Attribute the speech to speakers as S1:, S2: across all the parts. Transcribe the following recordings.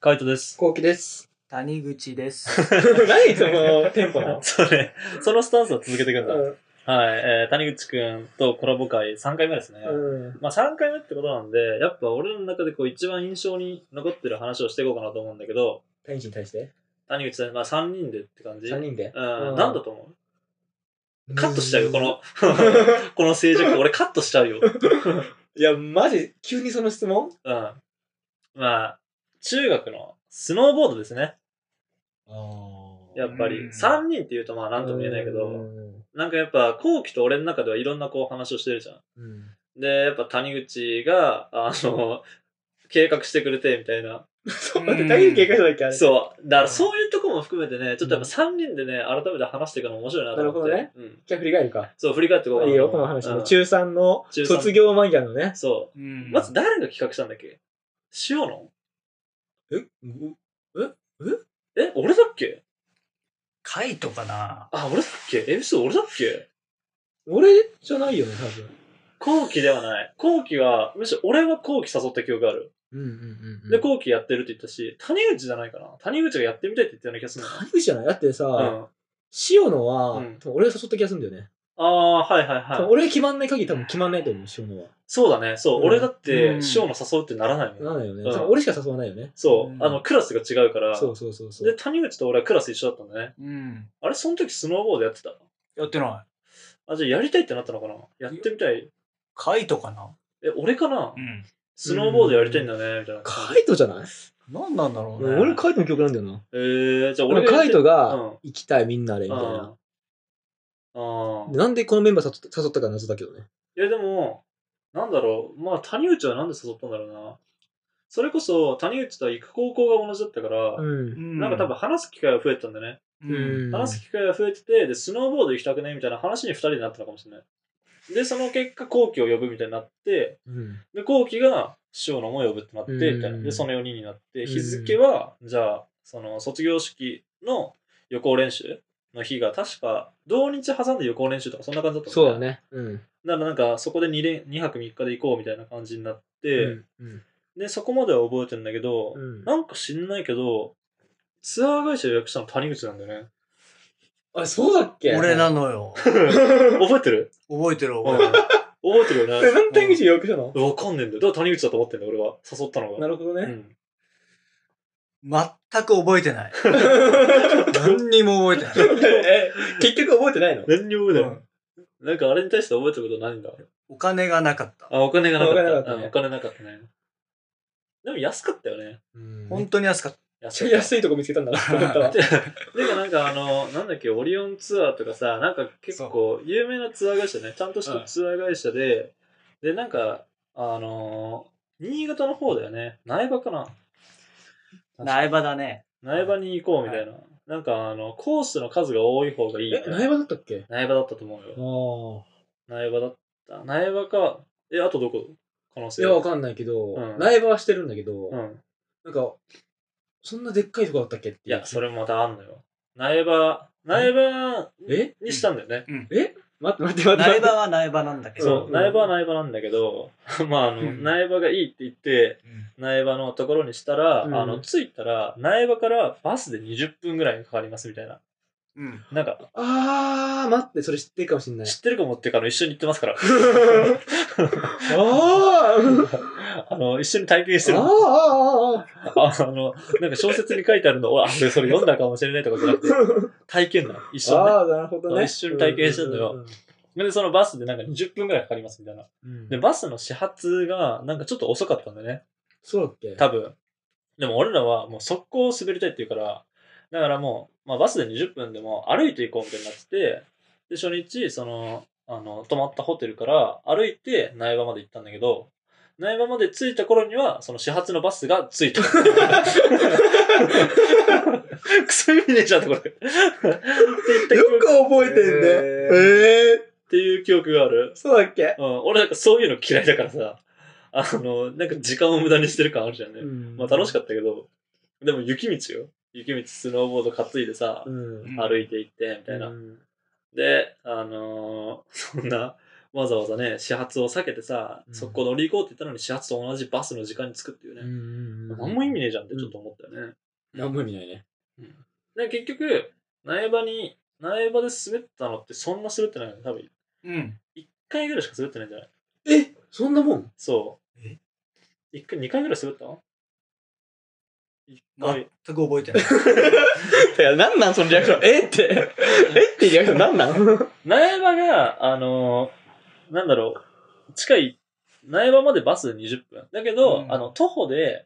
S1: カイトです。
S2: こうきです。
S3: 谷口です。
S2: 何そ のテンポなの
S1: それ、そのスタンスは続けていくんだ。
S2: うん
S1: はい、えー、谷口くんとコラボ会3回目ですね。
S2: うん
S1: まあ3回目ってことなんで、やっぱ俺の中でこう一番印象に残ってる話をしていこうかなと思うんだけど、
S2: 谷口に対して
S1: 谷口さん、まあ3人でって感じ。
S2: ?3 人で
S1: うん、
S2: うん
S1: なんだと思うカットしちゃうよ、こ。
S2: ん
S1: の、この成熟。俺カットしちゃうよ。
S2: いや、マジ、急にその質問
S1: うん。まあ、中学のスノーボードですね。やっぱり。
S3: うん
S1: 3人って言うとまあなんとも言えないけ
S2: う
S1: ど、
S2: ん
S1: なんかやっぱ、後期と俺の中ではいろんなこう話をしてるじゃん。
S2: うん
S1: で、やっぱ谷口が、あの、 計画してくれて、みたいな。
S2: そう、待って、谷口警戒だっけあれ。
S1: そう。だか
S2: う
S1: ら
S2: ん
S1: そういうとこも含めてね、ちょっとやっぱ3人でね、改めて話していくのも面白いなと思って。
S2: なる
S1: うん。
S2: じゃあ振り返るか。
S1: そう、振り返ってこうかない
S2: いよ、この話
S1: う
S2: ね。
S1: ん
S2: 中3の
S1: 中三
S2: 卒業間際のね。
S1: そうう。
S3: ん
S1: まず誰が企画したんだっけ塩野
S2: え
S1: え、俺だっけ
S3: カイトかな
S1: あ、俺だっけえ、嘘、俺だっけ
S2: 俺じゃないよね、多分。
S1: 後期ではない。後期は、むしろ俺は後期誘った記憶がある。
S2: うんうん
S1: で、後期やってるって言ったし、谷口じゃないかな谷口がやってみたいって言ったような気がするんだよ
S2: 谷口じゃないだって
S1: な。う
S2: さ、
S1: ん。
S2: 塩野は
S1: うん、
S2: 多分俺が誘った気がするんだよね。
S1: ああ、はいはい
S2: 多
S1: はい
S2: 分。俺が決まんない限り多分決まんないと思う、塩野は。
S1: そうだね。そう。
S2: うん
S1: 俺だって、
S3: うん
S1: 塩の誘うってならないもん。
S2: なんだよね。
S1: うん
S2: 多分俺しか誘わないよね。
S1: そうう。
S3: ん
S1: あの、クラスが違うから。
S2: そうそうそうそう
S1: で、。谷口と俺はクラス一緒だったんだね。
S3: うん。
S1: あれ、その時スノーボードやってた
S3: やってない。
S1: あ、じゃあやりたいってなったのかなやってみたい。
S3: カイトかな
S1: え、俺かな、
S3: ん。
S1: スノーボードやりたいんだね、みたいな感じ。
S2: カイトじゃない
S3: 何なんだろうね。
S2: 俺カイトの曲なんだよな。
S1: えー、じゃあ俺
S2: 俺
S1: がや
S2: カ
S1: り
S2: イ
S1: たい
S2: トが行きたいみんなでみ
S1: う
S2: たい
S1: ん。
S2: な。
S1: ああ
S2: で。なんでこのメンバー誘った誘ったか謎だけどね。
S1: いや、でも、なんだろう。まあ、谷口はなんで誘ったんだろうな。それこそ、谷口とは行く高校が同じだったから、
S2: うん。
S1: なんか多分話す機会が増えてたんだね。
S3: うん、うん。
S1: 話す機会が増えてて、で、スノーボード行きたくねみたいな話に二人になったのかもしれない。で、その結果、後期を呼ぶみたいになって、
S2: うん。
S1: で、後期が塩野も呼ぶってなって、
S2: うん
S1: みたいな。で、その4人になって、
S2: ん
S1: 日付は、じゃあ、その卒業式の予行練習の日が、確か、同日挟んで予行練習とか、そんな感じだった
S2: そうだ
S1: ね。
S2: ね。うん。
S1: だからなんか、そこで 2, 連2泊3日で行こうみたいな感じになって、
S2: うんうん
S1: で、そこまでは覚えてるんだけど、
S2: うん
S1: なんか知んないけど、ツアー会社予約したの谷口なんだよね。
S2: あれ、そうだっけ
S3: 俺な
S2: の。
S3: のよ。
S1: 覚えてる
S3: 覚えてる
S1: うん
S3: 覚えてる。
S1: 覚えてるよね。
S2: 何谷口予約したの
S1: わかんねえんだよ。だから谷口だと思ってんだよ、俺は。誘ったのが。
S2: なるほどね。
S3: 全く覚えてない。 何にも覚えて
S2: え、結局覚えてない
S1: う
S2: の
S1: ん。何にも覚え
S3: な
S1: てない
S3: い。うん
S1: なんかあれに対して覚えてることないんだ。
S3: お金がなかった。
S1: あ、お金がなかった。
S2: お金なかった
S1: う
S2: ね
S1: んお金なかったね。でも安かったよね。
S2: ほ
S3: 本
S2: ん
S3: 当に安かった。
S1: 安
S2: と
S1: かっ
S2: に
S1: た。
S2: 安いとこ見つけたん だなと思ったわ。
S1: で てかなんかあの、なんだっけ、オリオンツアーとかさ、なんか結構有名なツアー会社ね、ちゃんとしたツアー会社で、で、なんか、あのー新潟の方だよね。苗場かな
S3: 苗場だね。
S1: 苗場に行こうみたいな。なんかあの、コースの数が多い方がいいみ
S2: え、
S1: たいな。
S2: 苗場だったっけ
S1: 苗場だったと思うよ。
S2: ああ。
S1: 苗場だった。苗場か。え、あとどこ可能
S2: い
S1: 性。
S2: や、わかんないけど
S1: う、ん
S2: 苗場はしてるんだけど
S1: う、ん。
S2: なんか、そんなでっかいとこだったっけって
S1: いうや、それもまたあんのよ。苗場、苗場
S2: え
S1: にしたんだよね。
S2: 待って待って待っ
S3: 苗
S2: て。
S3: 場は苗場なんだけ
S1: そう
S3: ど。
S2: うん
S1: 苗場は苗場なんだけど、 まあ、あの、
S3: うん
S1: 苗場がいいって言って、
S3: うん
S1: 苗場のところにしたら、
S2: うん
S1: あの、着いたら、苗場からバスで20分ぐらいかかりますみたいな。
S3: うん。
S1: なんか、
S2: あー、待って、それ知ってるかもしんない。
S1: 知ってるかもっていうか、あの、一緒に行ってますから。
S2: あー
S1: あの、一緒に体験してる
S2: あーあー
S1: の
S2: あーあ
S1: ああの、なんか小説に書いてあるの、おあ、俺それ読んだかもしれないとかじゃなくて、
S2: ー
S1: 体験なの。一緒にね、
S2: あー、なるほどね。
S1: 一緒に体験してんのよ
S2: うんうん
S1: で、そのバスでなんか20分くらいかかりますみたいな。
S2: うんうん。
S1: で、バスの始発がなんかちょっと遅かったんだね。
S2: そうだっけ
S1: 多分。でも俺らはもう速攻滑りたいって言うから、だからもう、まあバスで20分でも歩いていこうみたいになってて、で、初日、その、あの、泊まったホテルから歩いて苗場まで行ったんだけど、苗場まで着いた頃には、その始発のバスが着いた。クソ意味ねえじゃん、これ。って言った記
S2: よ
S1: 憶
S2: く覚えてんね。ええ
S1: っていう記憶がある
S2: ー、。そうだっけ
S1: うん、俺なんかそういうの嫌いだからさ、あの、なんか時間を無駄にしてる感あるじゃんね。まあ楽し
S2: かっ
S1: かったけど、でも雪道よ。雪道スノーボード担いでさ、
S2: うん。み
S1: 歩いて行って、みたいな。
S2: うん
S1: で、あのーそんな、 わざわざね、始発を避けてさ
S2: う、ん
S1: 速攻乗り行こうって言ったのに、始発と同じバスの時間に着くっていう
S2: う
S1: ね。
S2: ん
S1: なんも意味ねえじゃんってちょっと思ったよね。
S2: 何も意味ないね。
S1: で、結局、苗場に、苗場で滑ったのってそんな滑ってないの多分、
S3: うん。
S1: 1回ぐらいしか滑ってないんじゃない
S2: えそんなもん
S1: そう。
S3: え
S1: 一回、2回ぐらい滑ったの
S3: 全
S1: い
S3: く覚えてない。
S2: いや、なんなんそのリアクション。えって。えってリアクションなんなん
S1: 苗場が、あのーなんだろう、近い、苗場までバスで20分。だけど、
S3: うん
S1: あの、徒歩で、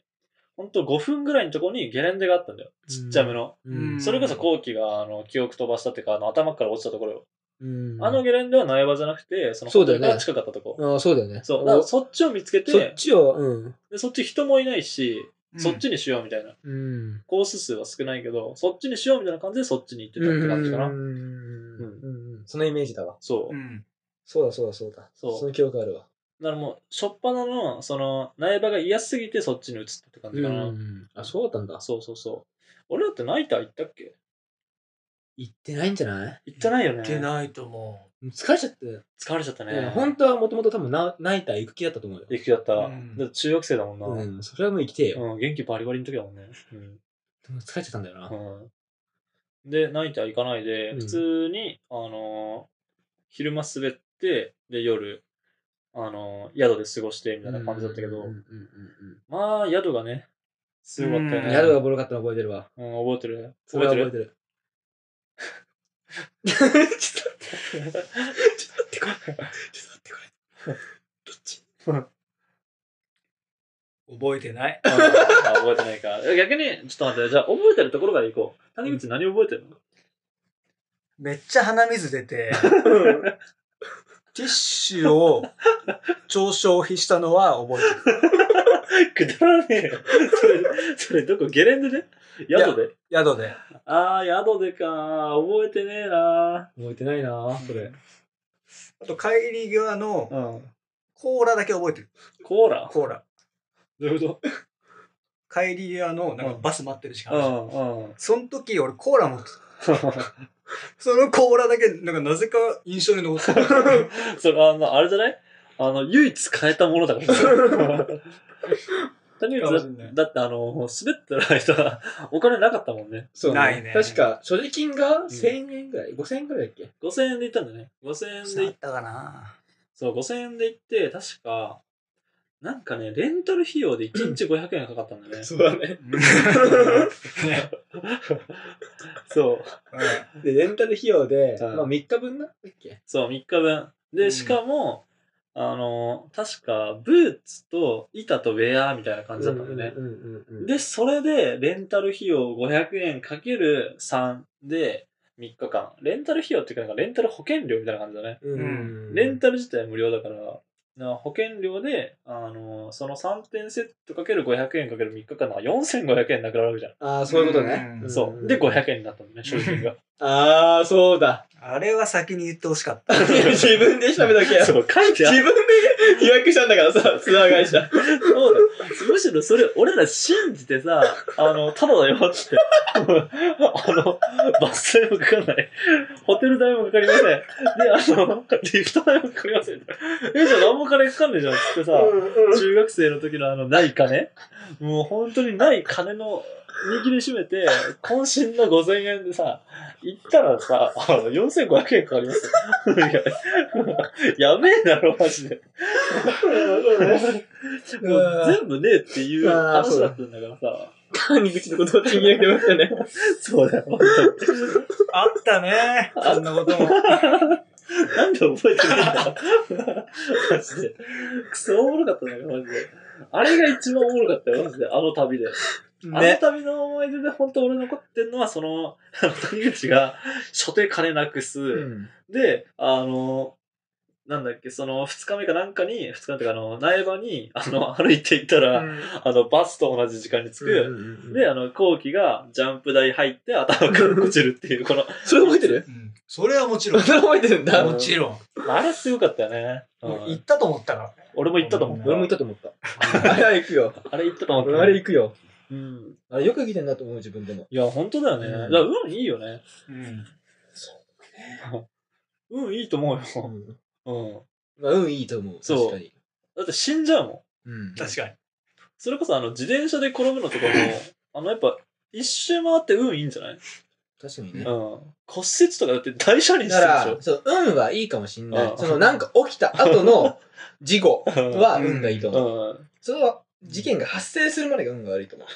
S1: ほんと5分ぐらいのところにゲレンデがあったんだよ。ちっちゃめの。
S3: うん
S1: それこそ後期が、あの、記憶飛ばしたっていうか、あの、頭から落ちたところよ。
S2: うん
S1: あのゲレンデは苗場じゃなくて、その、
S2: そうだよね
S1: ホテルから近かったとこ。
S2: ああ、そうだよね。
S1: そう。だから
S2: お
S1: そっちを見つけて
S2: そっちを、うん。
S1: で、そっち人もいないし、そっ
S3: うん
S1: ちにしようみたいな。
S2: うん。
S1: コース数は少ないけど、そっちにしようみたいな感じでそっちに行ってたって感じかな。
S2: うん。そのイメージだわ。
S1: そうう。
S3: ん。
S2: そうだそうだそうだ。
S1: そう
S2: その記憶あるわ。
S1: だからもう、初っ端の、その、苗場が嫌すぎてそっちに移ったって感じかな。
S2: ん。あ、そうだったんだ。
S1: そうそうそう。俺だってナイター行ったっけ
S2: 行ってないんじゃない
S1: 行ってないよね。
S3: いけないと思
S2: 疲れちゃって。
S1: 疲れちゃった
S2: うん
S1: ね。
S2: 本当はもともと多分な、ナイター行く気だったと思うよ。
S1: 行く気だった。
S3: うん
S1: だって中学生だもんな。
S2: う。
S1: うん
S2: それはもう生きてえよ。
S1: ん、元気バリバリの時だもんね。うん。
S2: でも疲れちゃったんだよな。
S1: うん、で、ナイター行かないで、
S2: うん
S1: 普通に、あのー昼間滑って、で、夜、あのー宿で過ごして、みたいな感じだったけど、
S2: うんうんうん
S1: まあ、宿がね、すごかったよ
S2: うんう
S1: ね。
S2: ん。宿がボロかったの覚えてるわ。
S1: うん、覚えてる
S2: それ
S1: 覚えて
S2: は覚え
S1: る
S2: てる。ちょっと待って、ちょっと待って、これ。ちょっと待って、これ。どっち
S3: う。覚えてない。
S1: ああ覚えてないか。 逆に、ちょっと待って、じゃあ覚えてるところから行こう。谷口何覚えてるの、
S3: めっちゃ鼻水出て、ティッシュを超消費したのは覚えてる。
S1: くだらねえよ。それ、それどこゲレンデで宿で
S3: 宿で。
S1: ああ、宿でか覚えてねえな
S2: 覚えてないなぁ、 これ。
S3: あと帰り際の
S1: うん。
S3: コーラだけ覚えてる。
S1: コーラ
S3: コーラ。
S1: どういうこ
S3: 帰り際のなんかバス待ってる時
S1: とう
S3: 間。
S1: ん、うん。
S3: その時俺コーラ持ってた。そのコーラだけ、なんかなぜか印象に残ってる。
S1: それ、あの、あれじゃないあの、唯一変えたもの だから。谷
S3: かもしん
S1: 口
S3: ない
S1: だ、だってあの、滑ってる間、お金なかったもんね。
S2: そう
S3: ないね
S2: 確か、所持金が1000円ぐらい、5000円ぐらいだっけ
S1: 5000円で行ったんだね。5000円で行っ
S3: ったかな
S1: そう、5000円で行って、確か、なんかね、レンタル費用で1日500円かかったんだね。
S2: うだね。
S1: そう。
S2: で、レンタル費用で、
S1: うん
S2: まあ3日分なだっけ
S1: そう、3日分。
S3: う
S1: で、
S3: ん
S1: しかも、あの、確か、ブーツと板とウェアみたいな感じだったんだね。
S2: うんうんうんうん。
S1: で、それで、レンタル費用500円かける3で、3日間。レンタル費用っていうか、なんかレンタル保険料みたいな感じだね。
S2: うんうん、
S1: レンタル自体無料だから、な保険料で、あの、その3点セットかける500円かける3日間なら4500円なくなるわけじゃん。
S2: ああ、そういうことね。
S3: うん
S1: そう。で、500円になったのね、所持 金が。
S2: ああ、そうだ。
S3: あれは先に言ってほしかっ た。
S2: 自分で調べたけや。
S1: そう、書いてあ
S2: 自
S1: る。
S2: 分で予約したんだからさ、ツアー会社。
S1: そうだよむしろそれ、俺ら信じてさ、あの、ただだよって。 あの、バス代もかかんない。ホテル代もかかりません。で、あの、リフト代もかかりません。え、じゃあ何も金かかんねえじゃんっつってさ、 中学生の時のあの、ない金もう本当にない金の握りしめて、渾身の5000円でさ、行ったらさ、あの4500円かかりますよ。 いややべえだろ、マ ジで。もう全部ねえっていう話だったんだからさ。
S2: 谷口のことを気になってましたね。
S1: そうだよ、本当に
S3: あったね。そんなことも。
S1: なんで覚えてないんだマジで。クソおもろかったんだから、マジで。あれが一番おもろかったよ、マジで。あの旅で。あの
S3: ね。
S1: 旅の思い出で本当俺残ってんのは、その、あの谷口が、所定金なくす。で、あの、なんだっけ、その、二日目かなんかに、二日目っていうか、あの、苗場に、あの、歩いていったら、あの、バスと同じ時間に着く。で、
S2: で、
S1: あの、後期がジャンプ台入って頭から落ちるっていう、この、
S2: それ覚えてる
S3: うんそれはも ちろん。
S2: それ覚えてるんだ。
S3: もちろん。
S1: あれすごかったよね。うん
S3: もう行ったと思ったから。
S1: 俺も行ったと思う。
S2: 俺も行ったと思った。あれは行く よ。
S1: あれ行ったと思
S2: 俺
S1: う。
S2: あれ行くよ。
S1: うん。
S2: あれよく来てんだと思う、自分でも。
S1: いや、本当だよね。
S2: うん
S1: だから運いいよね。
S3: うん
S1: 運いいと思う
S2: う
S1: よ。
S2: ん
S1: うん。
S2: まあ、運いいと思う。
S1: そう
S2: 確かに。
S1: だって死んじゃうもん。
S2: うん。
S3: 確かに。
S1: それこそあの自転車で転ぶのとかも、あのやっぱ一周回って運いいんじゃない、
S2: 確かに
S1: うん、
S2: ね。
S1: 骨折とかだって大車輪して
S2: だから
S1: る、でし
S2: そう、運はいいかもしん
S1: う
S2: ない
S1: ん。
S2: その、なんか起きた 後の事故
S1: ょ。うん
S2: は運がいいと思う。
S1: うん
S2: それは、事件が発生するまでが運が悪いと思う。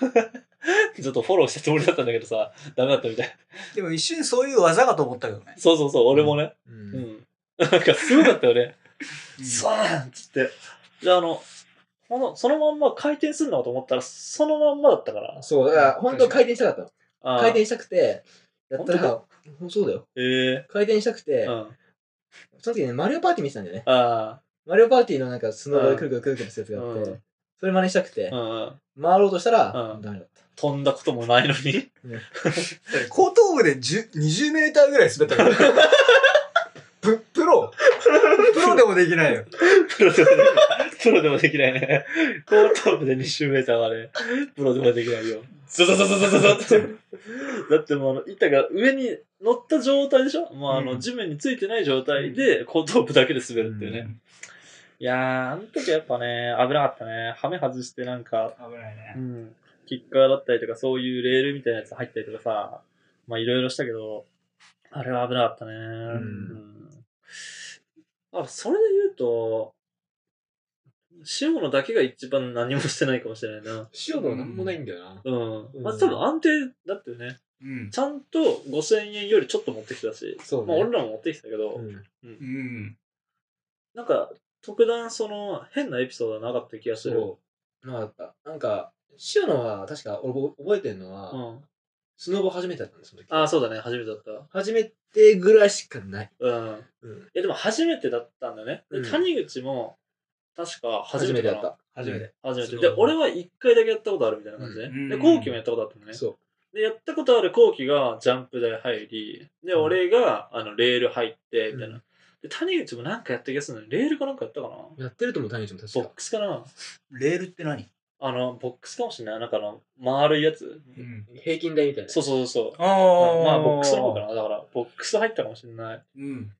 S1: ちょっとフォローしたつもりだったんだけどさ、ダメだったみたい。
S3: でも一瞬そういう技かと思ったけどね。
S1: そうそうそう、俺もね。
S2: う。
S1: うんん。なんかすごかったよね。
S3: そ
S1: そうなんつって。で、あの、この、そのまんま回転するのかと思ったら、そのまんまだったから。
S2: そう、だから、本当回転したかったの。
S1: あー
S2: 回転したくて、やったら、そうだよ。
S1: え
S2: 回転したく
S1: え
S2: て
S1: う、ん。
S2: その時ね、マリオパーティー見てたんだよね。
S1: あ
S2: マリオパーティーのなんか、スノーボーでくるくるくるくるするやつがあっ
S1: う
S2: て、それ真似したくて
S1: あ、う、ん。
S2: 回ろうとした
S1: う
S2: ら
S1: ん、
S2: ダメだった。
S1: 飛んだこともないのに。
S3: う後頭部で10 20メーターぐらい滑ったからね。 ププロプロでもできないよ。
S1: プロでもできない。プロでもできないね。後頭部で2周メーターはね、プロでもできないよ。
S2: ザザザザザザザって。
S1: だってもうあの、板が上に乗った状態でしょまあ、あ
S3: う
S1: の、
S3: ん
S1: 地面についてない状態で、後頭部だけで滑るっていうね。
S3: うん
S1: いやー、あの時はやっぱね、危なかったね。ハメ外してなんか、
S3: 危ないね。
S1: うん、キッカーだったりとか、そういうレールみたいなやつ入ったりとかさ、まあいろいろしたけど、あれは危なかったね。うんあ、それで言うと、塩野だけが一番何もしてないかもしれないな。
S2: 塩度なんもないんだよな。
S1: うん。まあ
S2: うん
S1: 多分安定だったよね。
S3: うん。
S1: ちゃんと5000円よりちょっと持ってきたし、
S2: そうね
S1: まあ俺らも持ってきたけど、
S2: うん
S3: うん。
S1: なんか特段その変なエピソードはなかった気がする。
S2: そう。なかった。なんか、塩野は、確か、俺ぼ覚えてるのは、
S1: うん。
S2: スノボ初めてだったんです、その時。
S1: ああ、そうだね。初めてだった。
S2: 初めてぐらいしかない。
S1: うん。
S2: うん。
S1: え、でも初めてだったんだよね。で
S2: うん
S1: 谷口も、確か初
S2: 初
S1: め
S2: め
S1: て
S2: て
S1: だっ。
S2: だったた。
S3: 初めて。
S1: 初めて。
S3: そう
S1: で、俺は一回だけやったことあるみたいな感じで。
S3: うん
S1: で、後期もやったことあったの
S2: う
S1: ね
S2: ん。。そ
S1: で、やったことある後期がジャンプ台入り、で、
S2: うん
S1: 俺が、あの、レール入って、みたいな。
S2: う
S1: で、谷口もなんかやった気がするのに、レールかなんかやったかな
S2: う。やってると思う、谷口も
S1: ボ
S2: 確
S1: ッ
S2: か。
S1: クスかな
S3: レールって何
S1: あの、ボックスかもしれない。なんかあの、丸いやつ。
S3: ん。
S2: 平均台みたいな。
S1: そうそうそうそう。
S3: あ
S1: ま
S3: あ。
S1: あまあ、ボックスの方か。な。だから、ボックス入ったかもしれない。
S3: うん。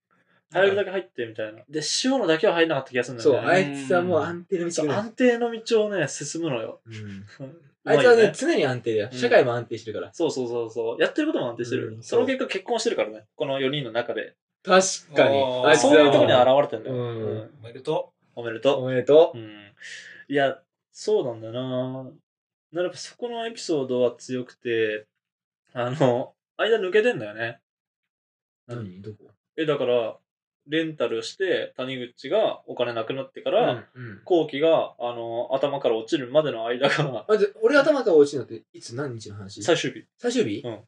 S1: 入るだけ入って、みたいな。で、塩のだけは入んなかった気がするんだよ
S2: そう、
S1: ね。
S2: あいつはもう安定の道
S1: そう
S2: ぐらい。
S1: 安定の道をね、進むのよ。
S2: うん
S1: うま
S2: あいつ
S1: よ
S2: はね、常に安定だよ。
S1: うん
S2: 社会も安定してるから。
S1: そうそうそうそう。やってることも安定してる。
S2: うん
S1: その結果結婚してるからね。この4人の中で。
S2: 確かに
S3: あー。
S2: あいつ
S1: そういうとこに
S2: はもう
S1: 現れてんだよ。
S2: うん
S3: おめでと
S1: おめで
S2: お
S1: と
S2: めでと
S1: う。うん。いや、そうなんだよな。ならばそこのエピソードは強くて、あの、間抜けてんだよね。
S2: う。
S1: うん
S2: 何どこ
S1: え、だから、レンタルして、谷口がお金なくなってか
S2: う
S1: ら、
S2: んうん。
S1: 後期が、あの、頭から落ちるまでの間が、
S2: まず、俺頭から落ちるのって、いつ何日の話
S1: 最終日。
S2: 最終日
S1: うんだか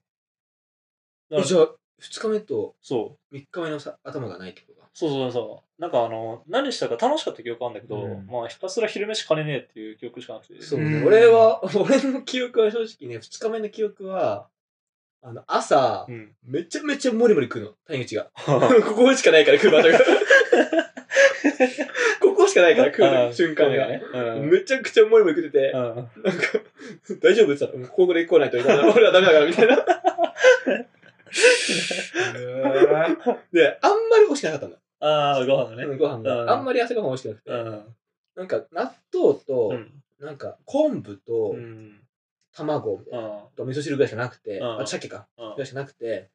S1: ら
S2: えじゃあ、2日目と
S1: そう。
S2: 3日目のさ頭がないってことか。
S1: そうそうそう。なんかあの、何したか楽しかった記憶あるんだけど、
S2: うん
S1: まあひたすら昼飯金ねえっていう記憶しかなくて。
S2: そうね。
S3: うん
S2: 俺は、 俺の記憶は正直ね、2日目の記憶は、あの、朝、
S1: うん。
S2: めちゃめちゃモリモリ食うの、谷 口が。ここしかないから食う場所が。ここしかないから食う瞬間がね。
S1: うん。
S2: めちゃくちゃモリモリ食ってて、
S1: うん
S2: なんか、 大丈夫って言ったら、もうここで来ないと、みた いな。俺らダメだから、みたいな。
S3: う。へー
S2: で、あんまり美味しくなかったんだ。
S1: ああ、ご飯がね。
S2: ご飯
S1: うん
S2: が。あんまり朝ご飯美味しくなくて。
S1: うん。
S2: なんか、納豆と、
S1: うん。
S2: なんか、昆布と
S1: う、ん。
S2: 卵みたいな、
S1: うん。
S2: と味噌汁ぐらいしかなくて、
S1: うん
S2: あと鮭か。
S1: うん
S2: ぐらいしかなくて、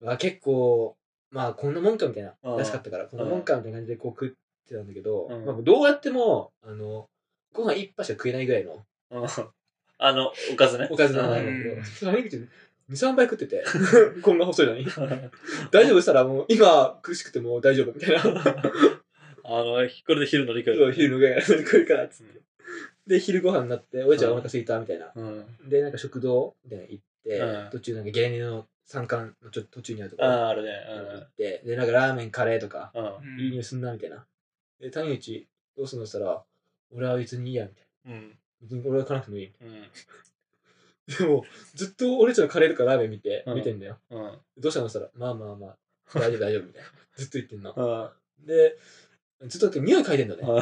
S2: まあ、結構、まあ、こんなもんかみたいな。
S1: うん
S2: 安かったから、こんなもんかみたいな感じでこう食ってたんだけど、
S1: うん
S2: まあ、どうやっても、あの、ご飯一杯しか食えないぐらいの
S1: うん。あの、おかずね。
S2: おかずなんだけ
S3: うん
S2: ど、谷口、2、3杯食ってて、こんな細いのに。大丈夫したらもう、今苦しくても大丈夫みたいな。
S1: あの、これで昼の理解
S2: そう昼のぐらいから食うからっつって。で、昼ご飯になって、おいちゃんお腹すいたみたいな。
S1: うん。
S2: で、なんか食堂みたいなの行って、
S1: うん
S2: 途中なんか芸人の三冠のちょっと途中にあるとこ
S1: ああ、あるね。
S2: 行って、で、なんかラーメン、カレーとか、
S1: うん。
S2: いい匂いすんなみたいな。で、谷口、どうすんのって言ったら、俺は別にいいや、みたい
S1: う
S2: な。
S1: ん。
S2: 別に俺は行かなくてもいい。
S1: うん。
S2: でも、ずっと俺たちのカレーとかラーメン見て、
S1: うん
S2: 見てんだよ。
S1: うん。
S2: どうしたのって言ったら、まあまあまあ、大丈夫大丈夫みた いな。ずっと言ってんの。
S1: うん。
S2: で、ずっとだって匂い嗅いでんだね。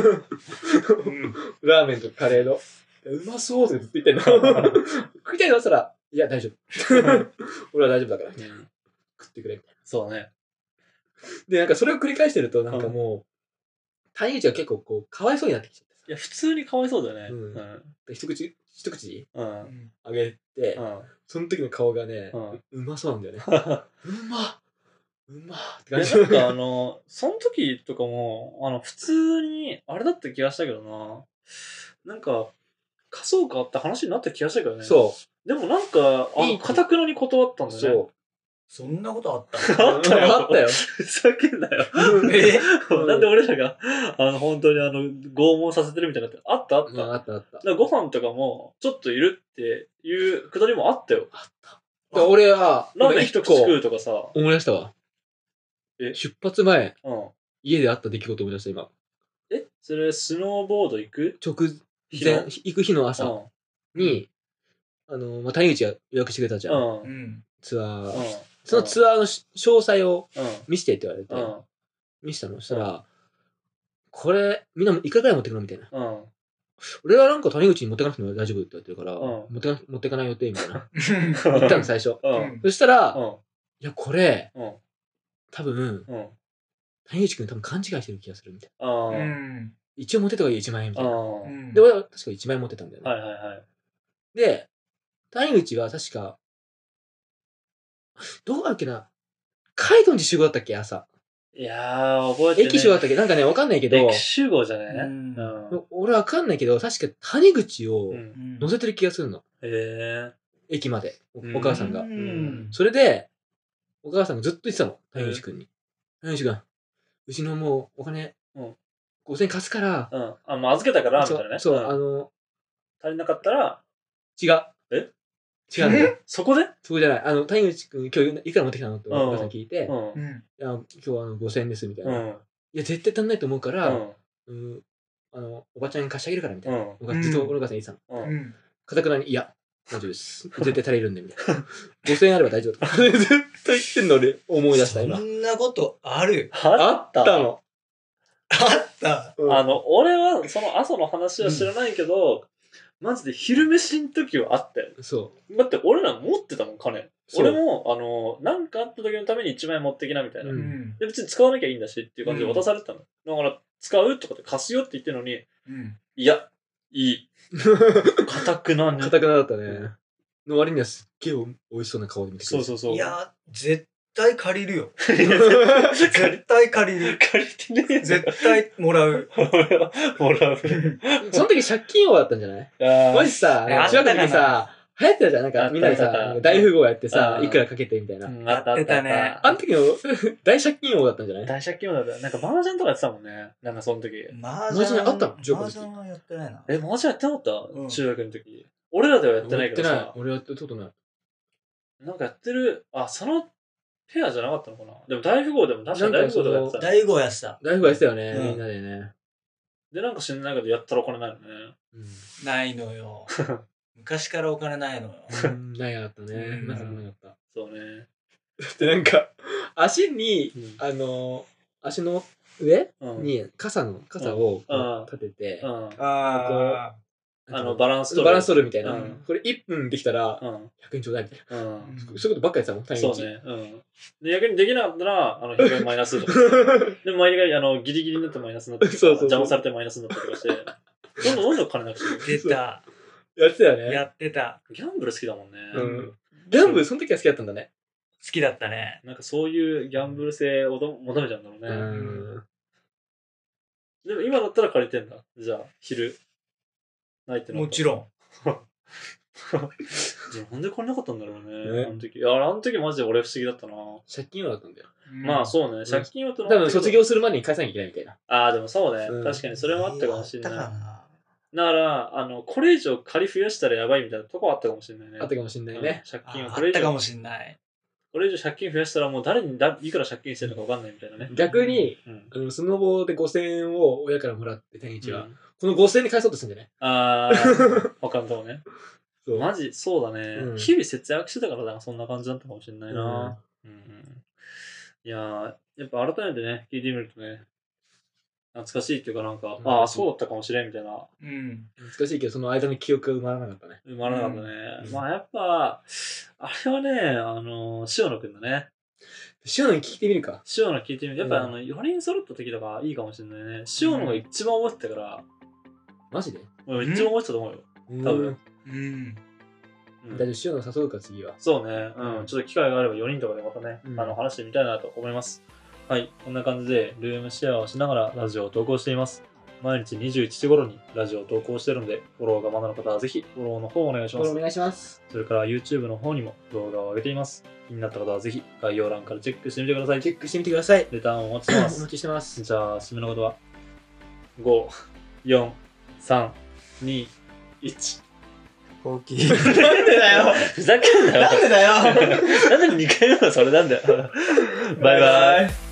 S3: うん
S2: ラーメンとカレーの。うまそうってずっと言 ってんの。食いたいのって言ったら、いや、大丈 夫。俺は大丈夫だから、食ってくれ。
S1: そうね。
S2: で、なんかそれを繰り返してると、なんかも谷口が結構こう、かわいそうになってきちゃっ
S1: いや、普通にかわいそうだよね。
S2: うん
S1: うん。
S2: た。一口、一口
S1: うん。
S3: う
S1: うん
S3: ん
S2: あげて、
S1: うん。
S2: その時の顔がね、
S1: うん
S2: うまそうな んだよね。うまうまっ
S1: い
S2: て感
S1: や
S2: じ
S1: なんかあの、その時とかも、あの、普通に、あれだった気がしたけどな。なんか、貸そうかって話になった気がしたけどね。。
S2: そう
S1: でもなんか、あ
S2: い
S1: の、
S2: い
S1: かたくなに断ったん
S2: う。
S1: だね。
S2: そう。
S3: そんなこと あった
S1: あったよ。
S2: あった よ。
S1: ふざけんなよ。
S3: え
S2: うん
S1: なんで俺らが、あの、本当にあの、拷問させてるみたいになって、あったあった。
S2: うんあ
S1: だか
S2: ったあった。
S1: らご飯とかも、ちょっといるっていうくだりもあったよ。
S2: で俺は、
S1: ラーメン一口
S2: 個
S1: 食うとかさ。
S2: 思い出したわ。
S1: え
S2: 出発前、
S1: うん。
S2: 家であった出来事を思い出した、今。
S1: えそれ、スノーボード行く
S2: 直
S1: 日
S2: 前
S1: の、
S2: 行く日の朝に、あの、まあ、谷口が予約してくれたじ
S1: う
S2: ゃん、
S1: ん。うん。
S3: ん。
S2: ツア
S1: うん
S2: ー。そのツアーのし詳細を
S1: うん。
S2: 見せてって言われ
S1: う
S2: て、
S1: ん。
S2: 見せたの。そしたら、これ、みんなもいくらぐらい持ってくのみたいな。
S1: うん。
S2: 俺はなんか谷口に持ってかなくても大丈夫って言われてるから、
S1: うん
S2: 持ってか持ってかない予定みた いな。
S1: うん
S2: 言ったの最初。
S1: う。
S3: うんん。
S2: そしたら、
S1: うん。
S2: いや、これ、
S1: うん。
S2: 多分、
S1: うん。
S2: 谷口くん多分勘違いしてる気がするみたいな。
S1: ああ。
S3: うん。
S2: 一応持ってた方がいい、1万円みた
S1: あ
S2: いな。
S1: あ。はい
S2: で、俺は確か1万円持ってたんだよね。
S1: はいはい。
S2: で、谷口は確か、どうだっけな、カイトン集合だったっけ、朝。
S1: いやー、覚えてね
S2: 駅集合だったっけ、なんかね、わかんないけど
S1: 駅、集合じゃね
S3: う
S1: うんん。
S2: 俺わかんないけど、確か谷口を
S1: うん
S2: 乗せてる気がするの。
S1: へえ。
S2: 駅まで、お
S1: うん
S2: お母さんが
S3: う。ん。
S2: それで、お母さんがずっと言ってたの、谷口くんに。谷口くん、うちのもうお金、
S1: うん
S2: 5000円貸すから、
S1: うん。あ、もう預けたから、みたいなね。
S2: そう、
S1: ん
S2: あの、
S1: 足りなかったら、
S2: 違う。
S1: え
S2: 違うんだよ。
S1: そこで
S2: そうじゃない。あの、谷口くん、今日いくら持ってきたのってお
S1: うん
S2: 母さん聞いて、
S1: うん。
S2: い
S1: うん。
S3: ん。
S2: や今日はあの5000円です、みたいうな。い
S1: ん。
S2: や、絶対足んないと思うか
S1: う
S2: ら、
S1: ん。
S2: うん、あの、おばちゃんに貸してあげるから、みた
S1: う
S2: いな。
S1: ん。
S2: お母ずっとお母さん言ってたの。
S1: う。
S3: うんん。
S2: かたくなに、いや、大 丈夫です。絶対足りるんで、みたいな。5000円あれば大丈夫とか。絶対言ってんの俺、思い出した、
S3: そ
S2: 今。
S3: んなことある。
S1: あ
S2: あったの。
S3: あった。
S2: うん
S1: あの、俺は、その朝の話は知らないけど、マジで昼飯の時はあったよ。
S2: そう。
S1: だって俺ら持ってたもん、金。
S2: そう
S1: 俺も、あの、なんかあった時のために1万円持ってきな、みたいな。
S2: うん
S3: ん。
S1: で、別に使わなきゃいいんだしっていう感じで渡されてたの。だから、使うとかって貸すよって言ってるのに、
S3: うん。
S1: いや、いい。かたくなに。
S2: かたくなだったね。の割にはすっげえ美味しそうな顔で見てく
S1: そ
S2: れ
S1: う
S2: て
S1: そうそう。
S3: いや、絶対借りるよ。
S1: いや、借
S3: 絶対借り
S1: り、
S3: る。
S1: 借りてねえよ
S3: 絶対も らう。
S1: 俺はもらう。
S2: その時借金王だったんじゃない マジさ、
S1: えあったかな
S2: 中学の時さ、流行ってたじゃん。
S1: あ
S2: なん
S1: っ
S2: か
S1: た
S2: みんなで
S1: あったあっ
S2: さ
S1: た、
S2: 大富豪やってさ
S1: う、ん
S2: いくらかけてみたいな。
S1: うんあったあ
S3: やってたね
S1: あった
S2: あの時の 大借金王だったんじゃない
S1: 大借金もだった。なんか、マージャンとかやってたもんね。なんか、その時。
S3: マ
S2: 麻雀あったの
S3: マ
S2: ジョーカー
S3: ー
S2: の時
S3: ジャンはやってないな。
S1: え、マージャンやってなかっ
S3: うん
S1: た中学の時。俺らではやってないけど
S2: やって
S1: さ。
S2: 俺やったことない。
S1: なんかやってる、あ、そのペアじゃなかったのかなでも大富豪でも確かに
S2: なん
S1: 大
S2: か
S1: 富
S2: そ
S1: 豪とかや
S2: の
S1: ってたね。
S3: 大悟やってた。
S2: 大富豪やってたよね、
S3: うん
S2: みんなでね。
S1: で、なんか知らないけど、やったらお金ないのね。
S2: う
S3: ないの よ。昔からお金ないのよ。
S2: ん。ないかったね
S3: う。ん
S2: まさかなかった。
S1: そうね。
S2: で、なんか、足に、
S1: うん
S2: あの、足の上
S1: うん。
S2: に傘の、傘を
S1: うん
S2: 立てて
S1: う、ん。
S3: あ
S1: あの、バランス
S2: そう
S1: 取る。
S2: バランス取るみたいな
S1: うん。
S2: これ1分できたら100円ちょうだいみたい
S1: うん。う
S3: あ
S1: ん。
S2: な。そういうことばっかりやってたもん、
S1: そうね。うん。で、逆にできなかったら、あの、100円マイナス とか。
S2: 谷口。
S1: で、毎回、あの、ギリギリになってマイナスになったりとか、
S2: そうそうそう
S1: 邪魔されてマイナスになったりとかして、どんどんどんどん金なくして
S3: 出た。
S2: やってたよね。
S3: やってた。
S1: ギャンブル好きだもんね。
S2: うんギャンブル、その時は好きだったんだね。
S3: 好きだったね。
S1: なんかそういうギャンブル性をど求めちゃうんだろうね。
S2: うん。
S1: でも今だったら借りてんだ。じゃあ、昼。ないってな
S3: もちろん。
S1: ん。なんでこれなかったんだろうね。
S2: ね
S1: あの時。いや、あの時マジで俺不思議だったな。
S2: 借金はだったんだよ。
S1: まあそうね。借金を
S2: 多
S1: 取
S2: 分卒。業するまでに返さなきゃいけないみたいな。
S1: ああ、でもそうね
S2: う。ん
S1: 確かにそれもあったかもしれない。
S3: あ
S1: だ
S3: った
S1: か
S3: かな
S1: ら、あの、これ以上借り増やしたらやばいみたいなとこあったかもしれないね。
S2: あったかもしんないね。
S1: うん借金を
S3: あ
S1: こ
S3: あ
S1: れ
S3: っ
S1: 以
S3: たかも
S1: 上、
S3: しんない。
S1: これ以上借金増やしたらもう誰にだいくら借金してるのかわかんないみたいなね。
S2: 逆に、
S1: うん。
S2: あの、スノボーで5000円を親からもらって、谷口は
S1: う。ん
S2: この5000円で返そうとするんじゃない
S1: あ あ、他のとこね。
S2: そう
S1: マジ、そうだね。
S2: うん
S1: 日々節約してたからな、そんな感じだったかもしれないな。
S2: うん
S1: うんうんいやーやっぱ改めてね、聞いてみるとね、懐かしいっていうかなんか、
S2: うん
S1: ああ、そうだったかもしれんみたいな、
S3: うん。
S2: 難しいけど、その間の記憶が埋まらなかったね。
S1: 生まれなかったね。
S2: うん
S1: まあやっぱ、あれはね、あのー、塩野くんだね。
S2: 塩野に聞いてみるか。
S1: 塩の聞いてみる。やっぱ
S2: うん
S1: あの、4人揃った時とかいいかもしれないね。塩のが一番覚えてたから、
S2: マジで
S1: 俺一番覚えてたと思うよ。
S2: 多
S1: 多分。
S3: うん。
S1: うん
S2: 大丈夫、塩野誘うか、次は。
S1: そうね。うん。ちょっと機会があれば4人とかでまたね、
S2: うん
S1: あの、話してみたいなと思います。はい。こんな感じで、ルームシェアをしながらラジオを投稿しています。毎日21時頃にラジオを投稿してるので、フォローがまだの方はぜひフォローの方をお願いし
S2: こ
S1: ま
S2: れ
S1: す
S2: お。願いします。
S1: それから YouTube の方にも動画を上げています。気になった方はぜひ概要欄からチェックしてみてください。
S2: チェックしてみてください。
S1: レターンをお待ちしてま
S2: お
S1: す
S2: 待。ちしてます。
S1: じゃあ、締めの言葉。5、4、3、2、1。
S3: 大きい。
S1: なんでだよふざけんなよ
S3: なんでだよ
S1: なんで2回目はそれなんだよ。バイバイ。